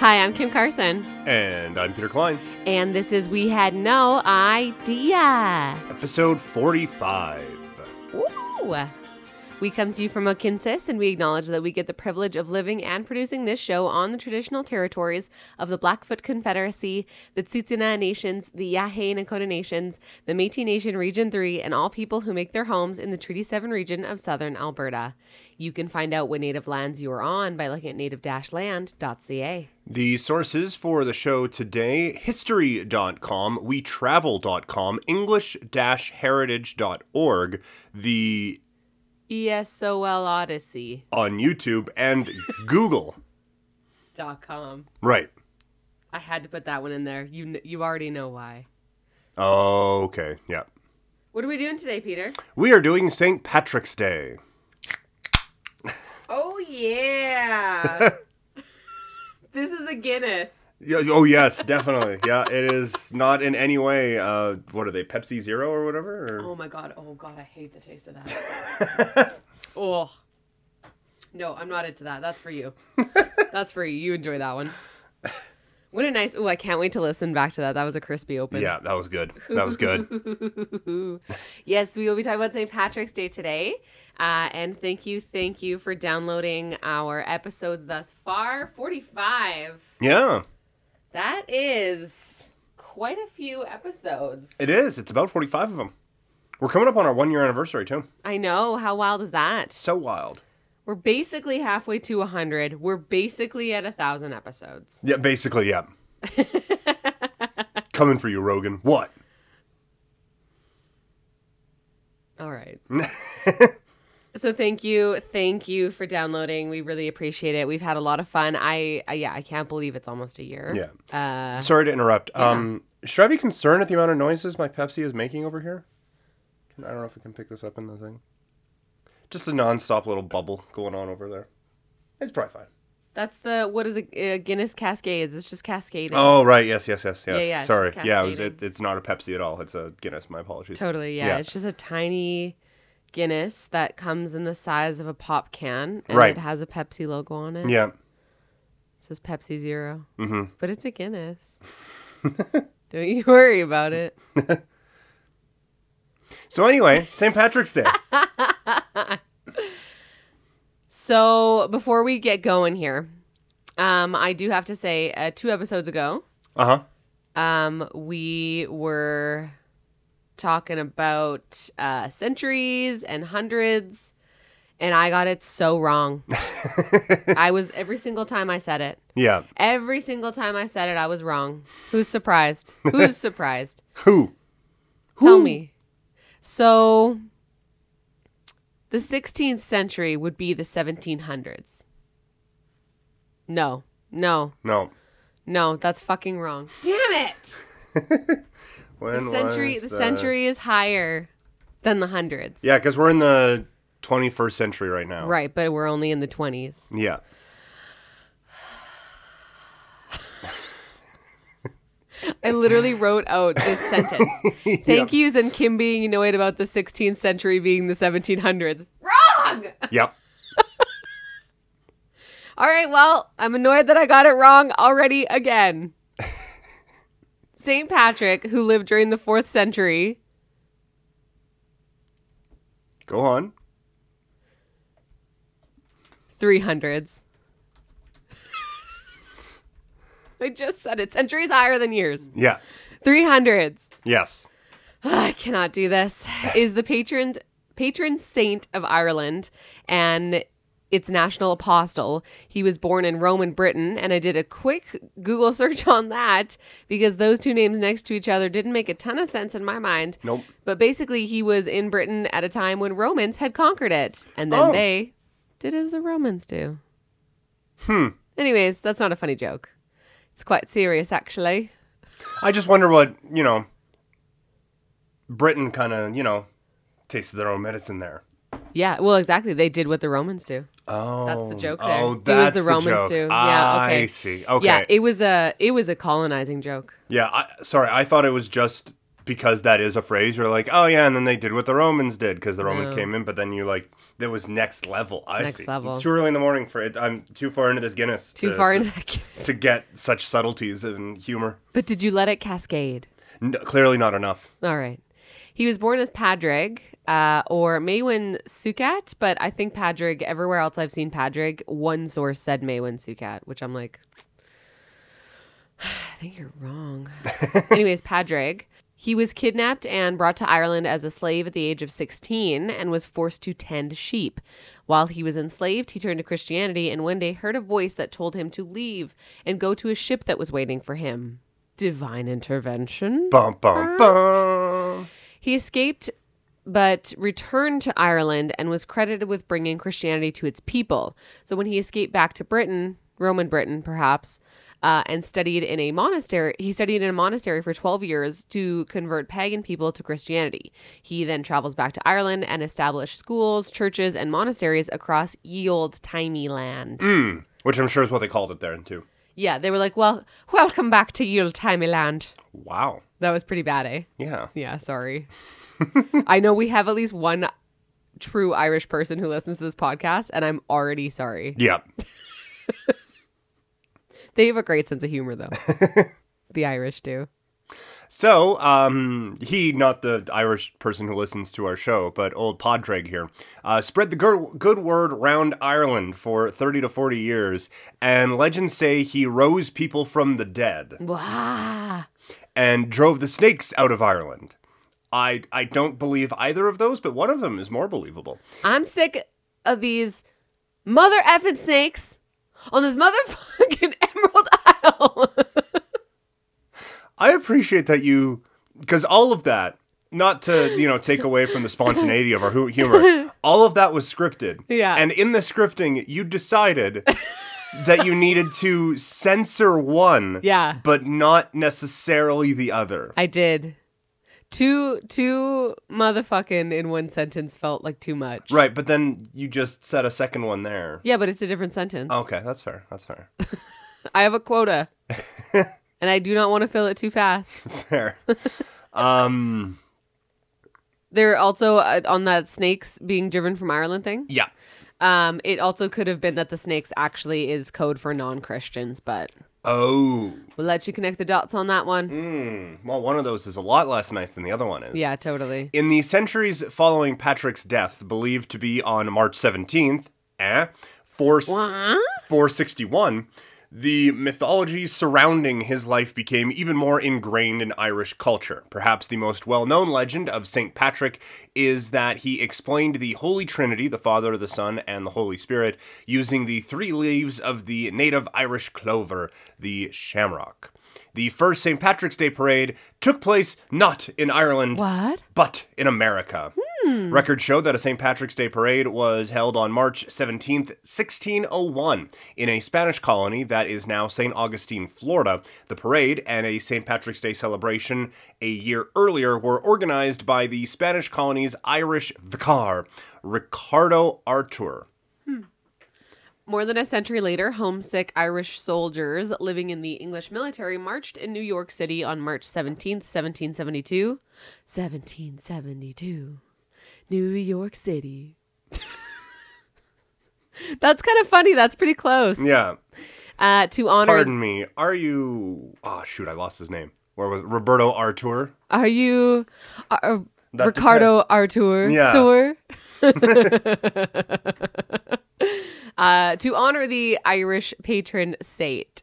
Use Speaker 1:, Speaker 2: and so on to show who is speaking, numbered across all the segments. Speaker 1: Hi, I'm Kim Carson,
Speaker 2: And I'm Peter Klein.
Speaker 1: and this is We Had No Idea.
Speaker 2: Episode 45.
Speaker 1: Ooh. We come to you from Okinsis, and we acknowledge that we get the privilege of living and producing this show on the traditional territories of the Blackfoot Confederacy, the Tsuut'ina Nations, the Yahe Nakota Nations, the Métis Nation Region 3, and all people who make their homes in the Treaty 7 region of southern Alberta. You can find out what native lands you are on by looking at native-land.ca.
Speaker 2: The sources for the show today history.com, wetravel.com, English heritage.org, the
Speaker 1: E ESOL Odyssey.
Speaker 2: on YouTube, and Google.
Speaker 1: dot com.
Speaker 2: Right.
Speaker 1: I had to put that one in there. You kn- you already know why.
Speaker 2: Oh, Okay. Yeah.
Speaker 1: What are we doing today, Peter?
Speaker 2: We are doing St. Patrick's Day.
Speaker 1: Oh yeah. this is a Guinness.
Speaker 2: Yeah, oh yes, definitely. Yeah, it is not in any way. Uh, what are they? Pepsi Zero or whatever? Or?
Speaker 1: Oh my god. Oh god, I hate the taste of that. oh. No, I'm not into that. That's for you. That's for you. You enjoy that one. What a nice. Oh, I can't wait to listen back to that. That was a crispy open.
Speaker 2: Yeah, that was good. That was good.
Speaker 1: yes, we will be talking about St. Patrick's Day today. Uh, and thank you, thank you for downloading our episodes thus far 45.
Speaker 2: Yeah,
Speaker 1: That is quite a few episodes.
Speaker 2: it is. It's about forty-five of them. We're coming up on our one-year anniversary too.
Speaker 1: I know. How wild is that?
Speaker 2: So wild.
Speaker 1: We're basically halfway to 100. We're basically at a 1,000 episodes.
Speaker 2: Yeah, basically, yeah. Coming for you, Rogan. What?
Speaker 1: All right. so thank you, thank you for downloading. We really appreciate it. We've had a lot of fun. I, I yeah, I can't believe it's almost a year. Yeah. Uh,
Speaker 2: Sorry to interrupt. Um, should I be concerned at the amount of noises my Pepsi is making over here? Can- I don't know if I can pick this up in the thing. Just a non-stop little bubble going on over there. It's probably fine.
Speaker 1: that's the what is a, uh Guinness Cascades? It's just cascading.
Speaker 2: Oh right, yes, yes, yes, yes.
Speaker 1: Yeah, yeah, it's
Speaker 2: Sorry,
Speaker 1: just
Speaker 2: yeah, it was, it,
Speaker 1: cascading.
Speaker 2: it's not a Pepsi at all. It's a Guinness. My apologies.
Speaker 1: Totally, yeah.
Speaker 2: Yeah.
Speaker 1: It's just a tiny Guinness that comes in the size of a pop can, and
Speaker 2: Right.
Speaker 1: it has a Pepsi logo on it.
Speaker 2: Yeah,
Speaker 1: It says Pepsi 0 Mm-hmm. But it's a Guinness. Don't you worry about it.
Speaker 2: So anyway, St. Patrick's Day.
Speaker 1: So before we get going here, um, I do have to say, uh, two episodes ago,
Speaker 2: Uh huh.
Speaker 1: um, we were talking about uh, centuries and hundreds, and I got it so wrong. I was every single time I said it.
Speaker 2: Yeah.
Speaker 1: Every single time I said it, I was wrong. Who's surprised? Who's surprised?
Speaker 2: Who?
Speaker 1: Tell me. So, the 16th century would be the 1700s. No, no,
Speaker 2: No.
Speaker 1: no, that's fucking wrong. Damn it!
Speaker 2: When
Speaker 1: The century,
Speaker 2: was uh,
Speaker 1: the century is higher than the hundreds.
Speaker 2: Yeah, because we're in the 21st century right now.
Speaker 1: Right, but we're only in the 20s.
Speaker 2: Yeah.
Speaker 1: I literally wrote out this sentence. Thank yous and Kim being annoyed about the 16th century being the 1700s. Wrong!
Speaker 2: Yep.
Speaker 1: All right, well, I'm annoyed that I got it wrong already again. St. Patrick, who lived during the 4th century,
Speaker 2: Go on.
Speaker 1: 300s. I just said it. Centuries higher than years.
Speaker 2: Yeah.
Speaker 1: 300s.
Speaker 2: Yes.
Speaker 1: I cannot do this. Is the patron patron saint of Ireland and its national apostle. He was born in Roman Britain, and I did a quick Google search on that because those two names next to each other didn't make a ton of sense in my mind.
Speaker 2: Nope.
Speaker 1: But basically, he was in Britain at a time when Romans had conquered it, and then
Speaker 2: Oh.
Speaker 1: they did as the Romans do. Hmm. Anyways, that's not a funny joke. It's quite serious, actually.
Speaker 2: I just wonder what, you know, Britain kind of, you know, tasted their own medicine there.
Speaker 1: Yeah, well, exactly. They did what the Romans do.
Speaker 2: Oh.
Speaker 1: That's the joke there.
Speaker 2: Oh,
Speaker 1: it was
Speaker 2: that's
Speaker 1: the Romans
Speaker 2: joke.
Speaker 1: do. Yeah, okay.
Speaker 2: I see. Okay.
Speaker 1: Yeah, it was a it was a colonizing joke.
Speaker 2: Yeah, I, sorry, I thought it was just because that is a phrase. You're like, oh yeah, and then they did what the Romans did because the Romans
Speaker 1: No.
Speaker 2: came in, but then you like That was next level. I
Speaker 1: Next
Speaker 2: see.
Speaker 1: level.
Speaker 2: It's too early in the morning for it. I'm too far into this Guinness.
Speaker 1: Too
Speaker 2: to-
Speaker 1: far
Speaker 2: to,
Speaker 1: into that Guinness.
Speaker 2: to get such subtleties and humor.
Speaker 1: But did you let it cascade?
Speaker 2: N clearly not enough.
Speaker 1: All right. He was born as Padraig uh, or Maywin Sukat, but I think Padraig, everywhere else I've seen Padraig, one source said Maywin Sukat, which I'm like, I think you're wrong. Anyways, Padraig. He was kidnapped and brought to Ireland as a slave at the age of 16 and was forced to tend sheep. While he was enslaved, he turned to Christianity and one day heard a voice that told him to leave and go to a ship that was waiting for him. Divine intervention?
Speaker 2: Bum bum bum.
Speaker 1: He escaped but returned to Ireland and was credited with bringing Christianity to its people. So when he escaped back to Britain, Roman Britain perhaps, uh, and studied in a monastery, he studied in a monastery for 12 years to convert pagan people to Christianity. He then travels back to Ireland and established schools, churches, and monasteries across ye old timey land.
Speaker 2: Which I'm sure is what they called it there too.
Speaker 1: Yeah, they were like, well, welcome back to ye old timey land.
Speaker 2: Wow.
Speaker 1: That was pretty bad, eh?
Speaker 2: Yeah.
Speaker 1: Yeah, sorry. I know we have at least one true Irish person who listens to this podcast, and I'm already sorry.
Speaker 2: Yep.
Speaker 1: They have a great sense of humor, though. the Irish do.
Speaker 2: So, um, he, not the Irish person who listens to our show, but old Padraig here, uh, spread the good, good word round Ireland for 30 to 40 years, and legends say he rose people from the dead
Speaker 1: Wow.
Speaker 2: and drove the snakes out of Ireland. I, I don't believe either of those, but one of them is more believable.
Speaker 1: I'm sick of these mother effing snakes on this motherfucking Emerald Isle.
Speaker 2: I appreciate that you, because all of that, not to you know take away from the spontaneity of our hu- humor, all of that was scripted.
Speaker 1: Yeah.
Speaker 2: And in the scripting, you decided that you needed to censor one,
Speaker 1: Yeah.
Speaker 2: but not necessarily the other.
Speaker 1: I did. Two, two motherfucking in one sentence felt like too much.
Speaker 2: Right, but then you just said a second one there.
Speaker 1: Yeah, but it's a different sentence.
Speaker 2: Okay, that's fair. That's fair.
Speaker 1: I have a quota, and I do not want to fill it too fast.
Speaker 2: Fair. Um.
Speaker 1: They're also uh, on that snakes being driven from Ireland thing.
Speaker 2: Yeah.
Speaker 1: Um, it also could have been that the snakes actually is code for non Christians, but
Speaker 2: Oh. hmm,
Speaker 1: we'll let you connect the dots on that one.
Speaker 2: Mm. Well, one of those is a lot less nice than the other one is.
Speaker 1: Yeah, totally.
Speaker 2: In the centuries following Patrick's death, believed to be on March 17th, eh, 4,
Speaker 1: Wah?
Speaker 2: 461, the mythology surrounding his life became even more ingrained in Irish culture. Perhaps the most well known legend of St. Patrick is that he explained the Holy Trinity, the Father, the Son, and the Holy Spirit, using the three leaves of the native Irish clover, the shamrock. The first St. Patrick's Day parade took place not in Ireland,
Speaker 1: What?
Speaker 2: but in America. Records show that a St. Patrick's Day parade was held on March 17th, 1601, in a Spanish colony that is now St. Augustine, Florida. The parade and a St. Patrick's Day celebration a year earlier were organized by the Spanish colony's Irish vicar, Ricardo Artur.
Speaker 1: More than a century later, homesick Irish soldiers living in the English military marched in New York City on March 17th, 1772. 1772. New York City. That's kind of funny. That's pretty close.
Speaker 2: Yeah,
Speaker 1: Uh, to honor
Speaker 2: pardon me. Are you. Ah, shoot, I lost his name. Where was Roberto Artur?
Speaker 1: Are you are,
Speaker 2: That
Speaker 1: Ricardo Artur
Speaker 2: Yeah.
Speaker 1: Sore? uh, to honor the Irish patron saint.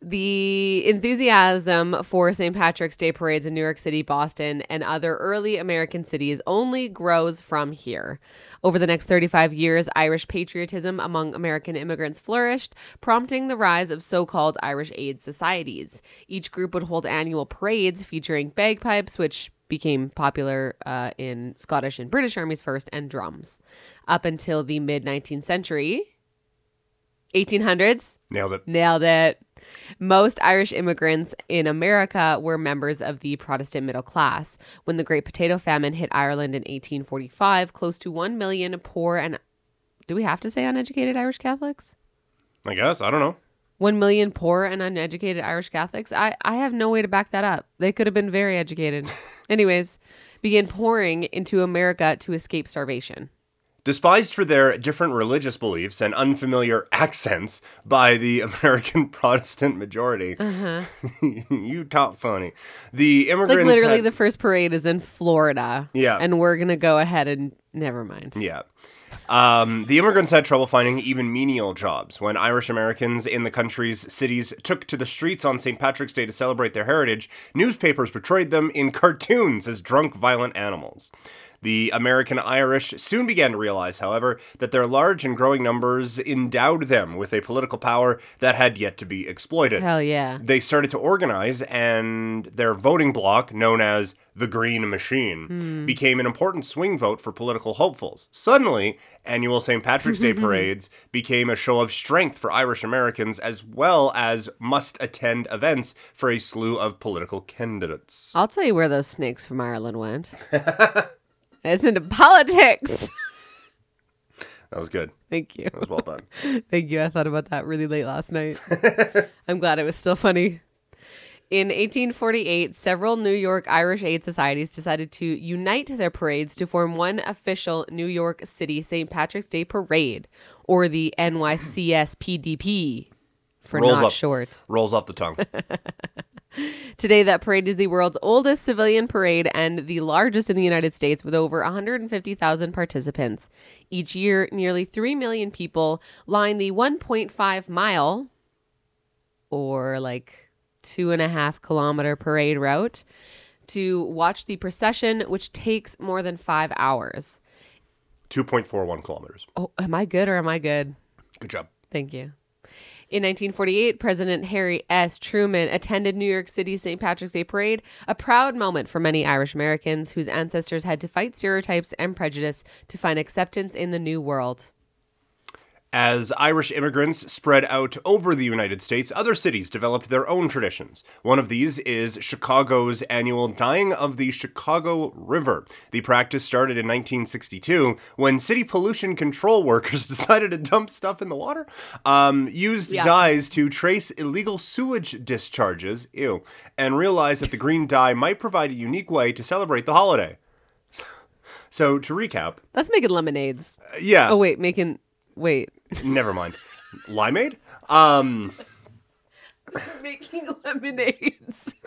Speaker 1: The enthusiasm for St. Patrick's Day parades in New York City, Boston, and other early American cities only grows from here. Over the next 35 years, Irish patriotism among American immigrants flourished, prompting the rise of so called Irish aid societies. Each group would hold annual parades featuring bagpipes, which became popular uh, in Scottish and British armies first, and drums. Up until the mid 19th century, 1800s,
Speaker 2: Nailed it.
Speaker 1: Nailed it. Most Irish immigrants in America were members of the Protestant middle class. When the Great Potato Famine hit Ireland in 1845, close to 1 million poor and do we have to say uneducated Irish Catholics?
Speaker 2: I guess. I don't know.
Speaker 1: 1 million poor and uneducated Irish Catholics? I, I have no way to back that up. They could have been very educated. Anyways, began pouring into America to escape starvation.
Speaker 2: Despised for their different religious beliefs and unfamiliar accents by the American Protestant majority, you top phony. The
Speaker 1: Uh-huh. Like
Speaker 2: immigrants
Speaker 1: literally,
Speaker 2: had-
Speaker 1: the first parade is in Florida.
Speaker 2: Yeah.
Speaker 1: and we're gonna go ahead and never mind.
Speaker 2: Yeah. Um, the immigrants had trouble finding even menial jobs. When Irish Americans in the country's cities took to the streets on St. Patrick's Day to celebrate their heritage, newspapers portrayed them in cartoons as drunk, violent animals. The American Irish soon began to realize, however, that their large and growing numbers endowed them with a political power that had yet to be exploited
Speaker 1: Hell yeah.
Speaker 2: they started to organize, and their voting bloc, known as the Green Machine, became an important swing vote for political hopefuls. Suddenly, annual St. Patrick's Day parades became a show of strength for Irish Americans, as well as must attend events for a slew of political candidates.
Speaker 1: I'll tell you where those snakes from Ireland went. it's into politics.
Speaker 2: That was good.
Speaker 1: Thank you.
Speaker 2: That was well done.
Speaker 1: Thank you. I thought about that really late last night. I'm glad it was still funny. In 1848, several New York Irish aid societies decided to unite their parades to form one official New York City St. Patrick's Day Parade, or the NYCSPDP for
Speaker 2: Rolls
Speaker 1: not
Speaker 2: up.
Speaker 1: short.
Speaker 2: Rolls off the tongue.
Speaker 1: Today, that parade is the world's oldest civilian parade and the largest in the United States with over 150,000 participants. Each year, nearly 3 million people line the 1.5 mile or like two and a half kilometer parade route to watch the procession, which takes more than five hours.
Speaker 2: 2.41 kilometers.
Speaker 1: Oh, am I good or am I good?
Speaker 2: Good job.
Speaker 1: Thank you. In 1948, President Harry S. Truman attended New York City's St. Patrick's Day Parade, a proud moment for many Irish Americans whose ancestors had to fight stereotypes and prejudice to find acceptance in the New World.
Speaker 2: As Irish immigrants spread out over the United States, other cities developed their own traditions. One of these is Chicago's annual dyeing of the Chicago River. The practice started in 1962 when city pollution control workers decided to dump stuff in the water, um, used
Speaker 1: Yeah.
Speaker 2: dyes to trace illegal sewage discharges, ew, and realized that the green dye might provide a unique way to celebrate the holiday. So, to recap,
Speaker 1: That's making lemonades.
Speaker 2: uh, yeah.
Speaker 1: Oh, wait, making. Wait.
Speaker 2: Never mind. Limeade? Um,
Speaker 1: making lemonades.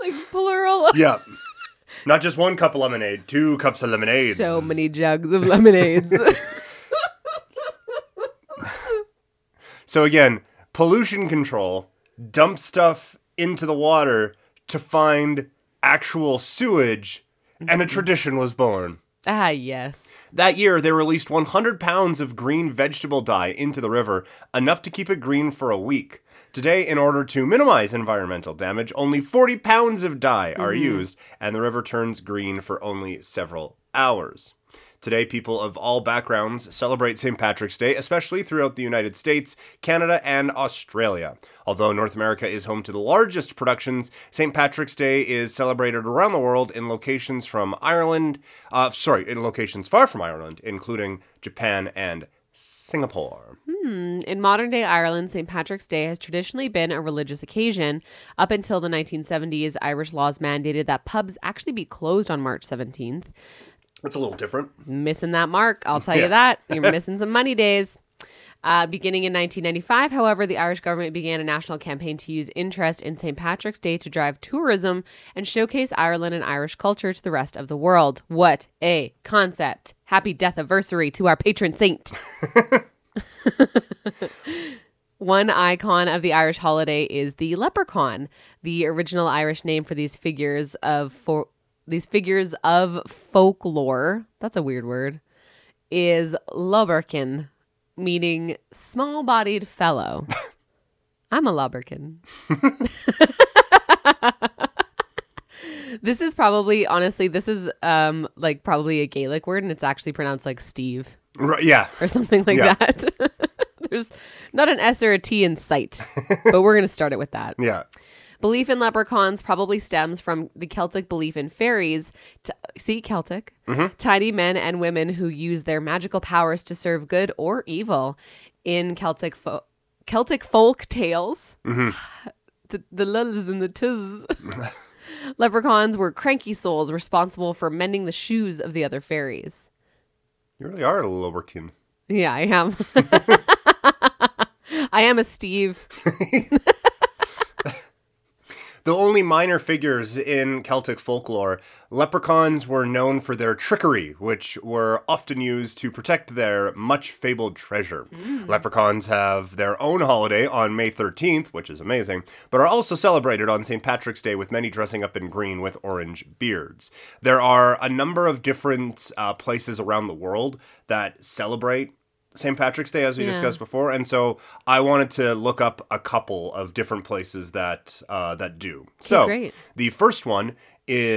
Speaker 1: like plural.
Speaker 2: yeah. Not just one cup of lemonade, two cups of lemonade.
Speaker 1: So many jugs of lemonades.
Speaker 2: So again, pollution control, dump stuff into the water to find actual sewage, and
Speaker 1: Mm-hmm.
Speaker 2: a tradition was born.
Speaker 1: ah, yes.
Speaker 2: That year, they released 100 pounds of green vegetable dye into the river, enough to keep it green for a week. Today, in order to minimize environmental damage, only 40 pounds of dye are used, and the river turns green for only several hours. Today, people of all backgrounds celebrate St. Patrick's Day, especially throughout the United States, Canada, and Australia. Although North America is home to the largest productions, St. Patrick's Day is celebrated around the world in locations from Ireland, uh, sorry, in locations far from Ireland, including Japan and Singapore.
Speaker 1: In modern day Ireland, St. Patrick's Day has traditionally been a religious occasion. Up until the 1970s, Irish laws mandated that pubs actually be closed on March 17th.
Speaker 2: That's a little different.
Speaker 1: Missing that mark, I'll tell
Speaker 2: Yeah.
Speaker 1: you that. You're missing some money days. Uh, beginning in 1995, however, the Irish government began a national campaign to use interest in St. Patrick's Day to drive tourism and showcase Ireland and Irish culture to the rest of the world. What a concept! Happy death anniversary to our patron saint. One icon of the Irish holiday is the leprechaun, the original Irish name for these figures of for these figures of folklore. That's a weird word. Is lubberkin, meaning small-bodied fellow. I'm a lubberkin. this is probably honestly this is um like probably a Gaelic word and it's actually pronounced like Steve
Speaker 2: Right, yeah.
Speaker 1: or something like
Speaker 2: Yeah.
Speaker 1: that. There's not an S or a T in sight, but we're going to start it with that.
Speaker 2: Yeah.
Speaker 1: Belief in leprechauns probably stems from the Celtic belief in fairies. T- see, Celtic? Tiny men and women who use their magical powers to serve good or evil. In Celtic fo- Celtic folk tales, the, the lulls and the tis. Leprechauns were cranky souls responsible for mending the shoes of the other fairies.
Speaker 2: You really are a Lillikin.
Speaker 1: Yeah, I am. I am a Steve.
Speaker 2: The only minor figures in Celtic folklore, leprechauns were known for their trickery, which were often used to protect their much fabled treasure. Leprechauns have their own holiday on May 13th, which is amazing, but are also celebrated on St. Patrick's Day with many dressing up in green with orange beards. There are a number of different uh, places around the world that celebrate St. Patrick's Day, as we
Speaker 1: Yeah.
Speaker 2: discussed before, and so I wanted to look up a couple of different places that uh, that do. so
Speaker 1: great.
Speaker 2: the first one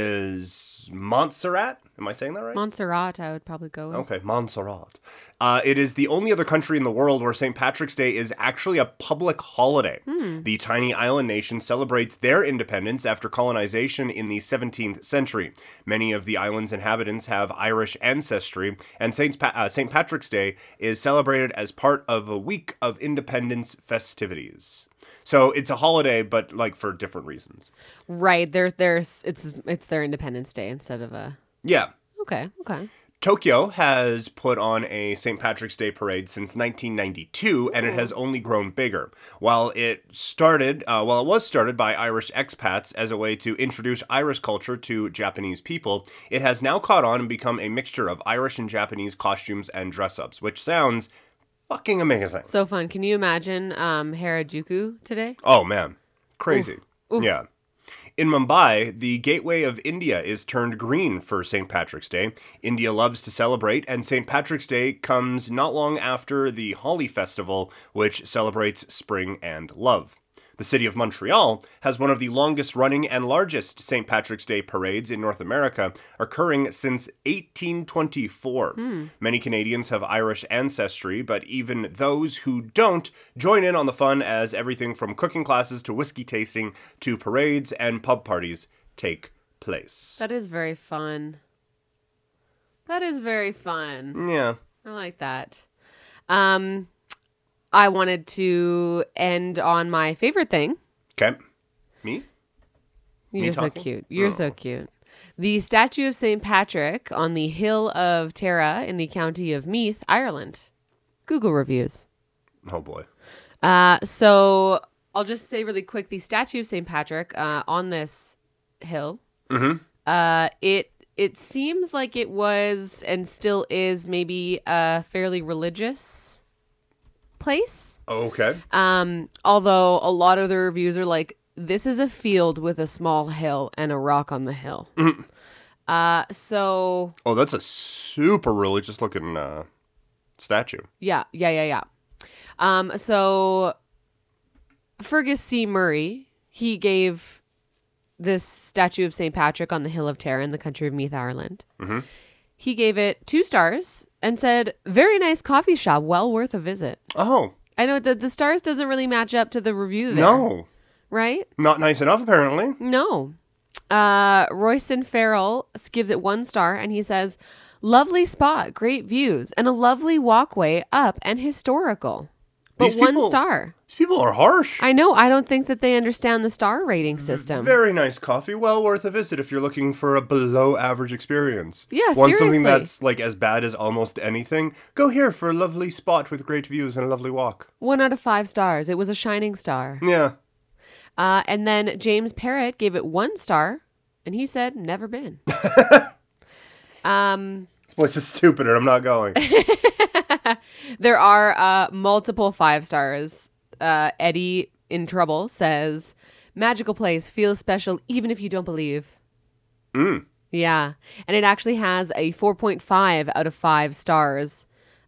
Speaker 2: is Montserrat. Am I saying that right?
Speaker 1: Montserrat, I would probably go with.
Speaker 2: Okay, Montserrat. Uh, it is the only other country in the world where St. Patrick's Day is actually a public holiday. The tiny island nation celebrates their independence after colonization in the 17th century. Many of the island's inhabitants have Irish ancestry, and St. Pa- uh, St. Patrick's Day is celebrated as part of a week of independence festivities. So it's a holiday, but like for different reasons.
Speaker 1: Right. There's there's it's it's their Independence Day instead of a
Speaker 2: Yeah.
Speaker 1: Okay, okay.
Speaker 2: Tokyo has put on a St. Patrick's Day parade since 1992, and it has only grown bigger. While it started, uh, while it was started by Irish expats as a way to introduce Irish culture to Japanese people, it has now caught on and become a mixture of Irish and Japanese costumes and dress-ups, which sounds fucking amazing.
Speaker 1: So fun. Can you imagine um Harajuku today?
Speaker 2: Oh man, crazy. Yeah. In Mumbai, the gateway of India is turned green for St. Patrick's Day. India loves to celebrate, and St. Patrick's Day comes not long after the Holi Festival, which celebrates spring and love. The city of Montreal has one of the longest running and largest St. Patrick's Day parades in North America, occurring since 1824. Many Canadians have Irish ancestry, but even those who don't join in on the fun as everything from cooking classes to whiskey tasting to parades and pub parties take place.
Speaker 1: That is very fun. That is very fun.
Speaker 2: Yeah.
Speaker 1: I like that. Um, I wanted to end on my favorite thing.
Speaker 2: Okay. Me?
Speaker 1: You're
Speaker 2: Me
Speaker 1: so
Speaker 2: talking? Oh.
Speaker 1: cute. You're so cute. The statue of St. Patrick on the hill of Tara in the county of Meath, Ireland. Google reviews.
Speaker 2: Oh boy.
Speaker 1: Uh, so I'll just say really quick the statue of St. Patrick uh, on this hill.
Speaker 2: Mm-hmm.
Speaker 1: Uh, it it seems like it was and still is maybe a fairly religious place.
Speaker 2: Okay.
Speaker 1: Um, although a lot of the reviews are like, this is a field with a small hill and a rock on the hill. Uh, so
Speaker 2: Oh, that's a super religious looking uh, statue.
Speaker 1: yeah, yeah, yeah, yeah. Um, so Fergus C. Murray, he gave this statue of St. Patrick on the Hill of Tara in the country of Meath, Ireland. He gave it two stars and said, very nice coffee shop, well worth a visit.
Speaker 2: Oh,
Speaker 1: I know that the stars doesn't really match up to the review there.
Speaker 2: no.
Speaker 1: Right?
Speaker 2: Not nice enough, apparently.
Speaker 1: No. Uh, Royston Farrell gives it one star and he says, Lovely spot, great views, and a lovely walkway up and historical. But
Speaker 2: These
Speaker 1: one
Speaker 2: people-
Speaker 1: star.
Speaker 2: These people are harsh.
Speaker 1: I know. I don't think that they understand the star rating system.
Speaker 2: Very nice coffee. Well worth a visit if you're looking for a below average experience.
Speaker 1: Yeah,
Speaker 2: Want
Speaker 1: seriously.
Speaker 2: something that's like as bad as almost anything? Go here for a lovely spot with great views and a lovely walk.
Speaker 1: one out of five stars. It was a shining star.
Speaker 2: Yeah.
Speaker 1: Uh, and then James Parrott gave it one star and he said, Never been. um,
Speaker 2: This place is stupider. I'm not going.
Speaker 1: There are uh, multiple five stars. Uh, Eddie in Trouble says, Magical place feels special even if you don't believe. Mm. Yeah. And it actually has a 4.5 out of five stars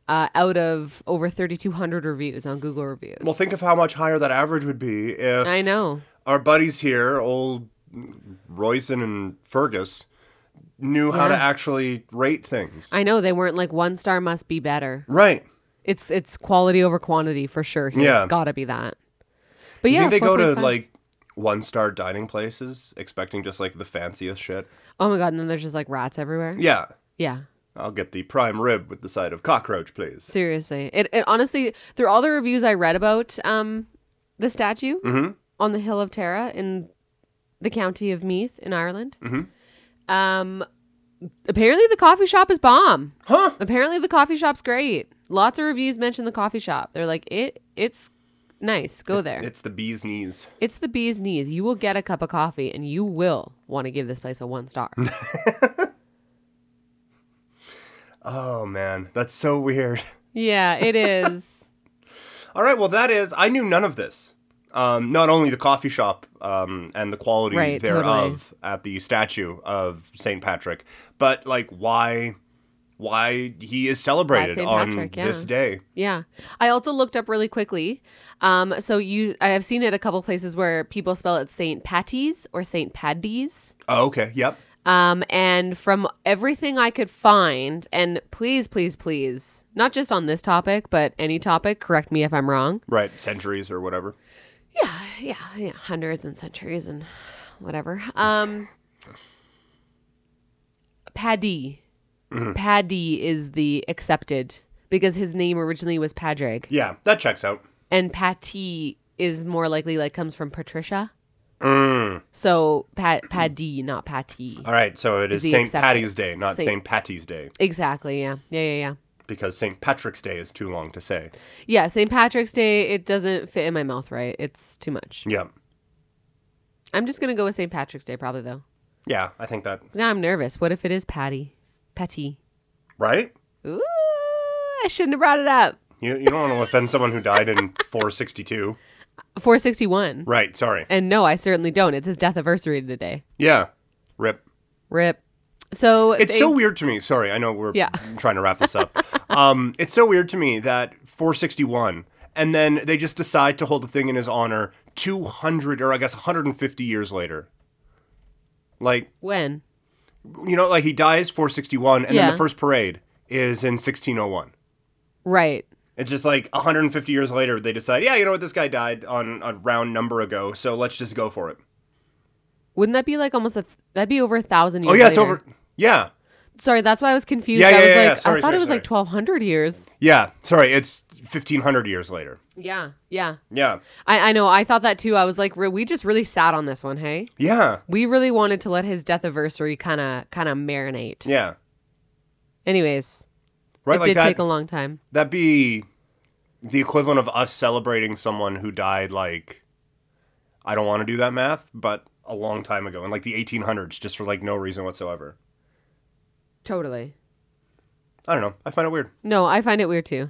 Speaker 1: uh, out of over 3,200 reviews on Google Reviews.
Speaker 2: well, think of how much higher that average would be if
Speaker 1: I know.
Speaker 2: our buddies here, old Royson and Fergus, knew how to
Speaker 1: Yeah.
Speaker 2: actually rate things.
Speaker 1: I know they weren't like one star must be better.
Speaker 2: right.
Speaker 1: It's it's quality over quantity for sure. Here.
Speaker 2: Yeah.
Speaker 1: It's got to be that. But
Speaker 2: You
Speaker 1: yeah,
Speaker 2: think they go to
Speaker 1: 4.5.
Speaker 2: like one star dining places expecting just like the fanciest shit?
Speaker 1: Oh my god, and then there's just like rats everywhere.
Speaker 2: Yeah.
Speaker 1: yeah.
Speaker 2: I'll get the prime rib with the side of cockroach, please.
Speaker 1: Seriously, it, it honestly through all the reviews I read about um the statue on the hill of Tara in the county of Meath in Ireland, um Apparently, the coffee shop is bomb.
Speaker 2: Huh?
Speaker 1: Apparently, the coffee shop's great. Lots of reviews mention the coffee shop. They're like, it, it's nice. Go there.
Speaker 2: It's the bee's knees.
Speaker 1: It's the bee's knees. You will get a cup of coffee, and you will want to give this place a one star.
Speaker 2: Oh man, that's so weird.
Speaker 1: yeah, it is.
Speaker 2: All right, well that is I knew none of this. Um, not only the coffee shop um, and the quality
Speaker 1: Right,
Speaker 2: thereof at the statue of St. Patrick, but like why why he is celebrated
Speaker 1: St.
Speaker 2: on
Speaker 1: Patrick, yeah.
Speaker 2: this day.
Speaker 1: Yeah. I also looked up really quickly. Um, so you, I have seen it a couple places where people spell it Saint Patty's or Saint Paddy's.
Speaker 2: Oh, okay, yep.
Speaker 1: Um, and from everything I could find, and please, please, please, not just on this topic, but any topic, correct me if I'm wrong.
Speaker 2: Right, centuries or whatever.
Speaker 1: Yeah, yeah, yeah, hundreds and centuries and whatever. Um, Paddy, Paddy is the accepted because his name originally was Padraig.
Speaker 2: Yeah, that checks out.
Speaker 1: and Patty is more likely like comes from Patricia.
Speaker 2: Mm.
Speaker 1: So Pat Paddy, not Patty.
Speaker 2: All right, so it is
Speaker 1: he
Speaker 2: St.
Speaker 1: accepted?
Speaker 2: Patty's Day, not
Speaker 1: Saint-
Speaker 2: St. Patty's Day,
Speaker 1: Exactly. Yeah. Yeah. Yeah. Yeah.
Speaker 2: because St. Patrick's Day is too long to say.
Speaker 1: Yeah. St. Patrick's Day. It doesn't fit in my mouth right. It's too much.
Speaker 2: Yeah.
Speaker 1: I'm just gonna go with St. Patrick's Day probably though.
Speaker 2: Yeah, I think that.
Speaker 1: Now I'm nervous. What if it is Patty? Patty.
Speaker 2: Right?
Speaker 1: Ooh, I shouldn't have brought it up.
Speaker 2: You, you don't want to offend someone who died in 462.
Speaker 1: 461.
Speaker 2: Right, sorry.
Speaker 1: And no, I certainly don't. It's his death anniversary today.
Speaker 2: Yeah. Rip.
Speaker 1: Rip. So
Speaker 2: It's
Speaker 1: they-
Speaker 2: so weird to me. Sorry, I know we're
Speaker 1: Yeah.
Speaker 2: trying to wrap this up. um, it's so weird to me that 461, and then they just decide to hold the thing in his honor 200 or I guess 150 years later. Like,
Speaker 1: when?
Speaker 2: you know, like he dies 461, and then
Speaker 1: Yeah.
Speaker 2: the first parade is in 1601.
Speaker 1: Right.
Speaker 2: It's just like 150 years later, they decide, yeah, you know what, this guy died on a round number ago, so let's just go for it.
Speaker 1: Wouldn't that be like almost a? That'd be over a thousand years.
Speaker 2: Oh, yeah, it's
Speaker 1: later.
Speaker 2: over. Yeah.
Speaker 1: Sorry, that's why I was confused.
Speaker 2: Yeah,
Speaker 1: I
Speaker 2: yeah,
Speaker 1: was
Speaker 2: yeah,
Speaker 1: like,
Speaker 2: yeah. Sorry,
Speaker 1: I thought
Speaker 2: sorry,
Speaker 1: it was like
Speaker 2: sorry.
Speaker 1: twelve hundred years.
Speaker 2: Yeah. Sorry, it's 1500 years later.
Speaker 1: Yeah, yeah.
Speaker 2: Yeah.
Speaker 1: I, I know. I thought that too. I was like, re- we just really sat on this one. Hey,
Speaker 2: Yeah.
Speaker 1: we really wanted to let his death anniversary kind of kind of marinate.
Speaker 2: Yeah.
Speaker 1: Anyways,
Speaker 2: Right
Speaker 1: it
Speaker 2: like
Speaker 1: did
Speaker 2: that.
Speaker 1: take a long time.
Speaker 2: that'd be the equivalent of us celebrating someone who died like I don't want to do that math, but a long time ago in like the 1800s just for like no reason whatsoever.
Speaker 1: Totally.
Speaker 2: I don't know. I find it weird.
Speaker 1: No, I find it weird too.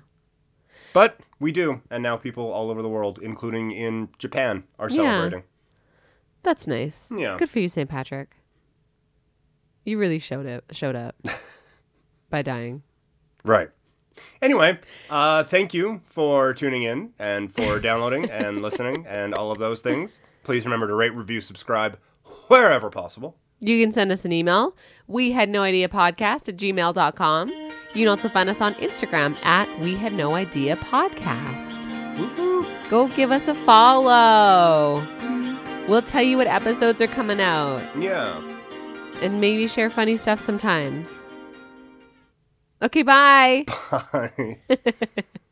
Speaker 2: But we do, and now people all over the world, including in Japan, are
Speaker 1: Yeah.
Speaker 2: celebrating.
Speaker 1: That's nice.
Speaker 2: Yeah.
Speaker 1: Good for you, St. Patrick. You really showed it. Showed up by dying.
Speaker 2: Right. Anyway, uh, thank you for tuning in and for downloading and listening and all of those things. Please remember to rate, review, subscribe wherever possible.
Speaker 1: You can send us an email. We had no idea podcast at gmail.com. You can also find us on Instagram at we had no idea podcast.
Speaker 2: Woo-hoo.
Speaker 1: Go give us a follow. We'll tell you what episodes are coming out
Speaker 2: Yeah.
Speaker 1: and maybe share funny stuff sometimes. Okay, bye.
Speaker 2: Bye.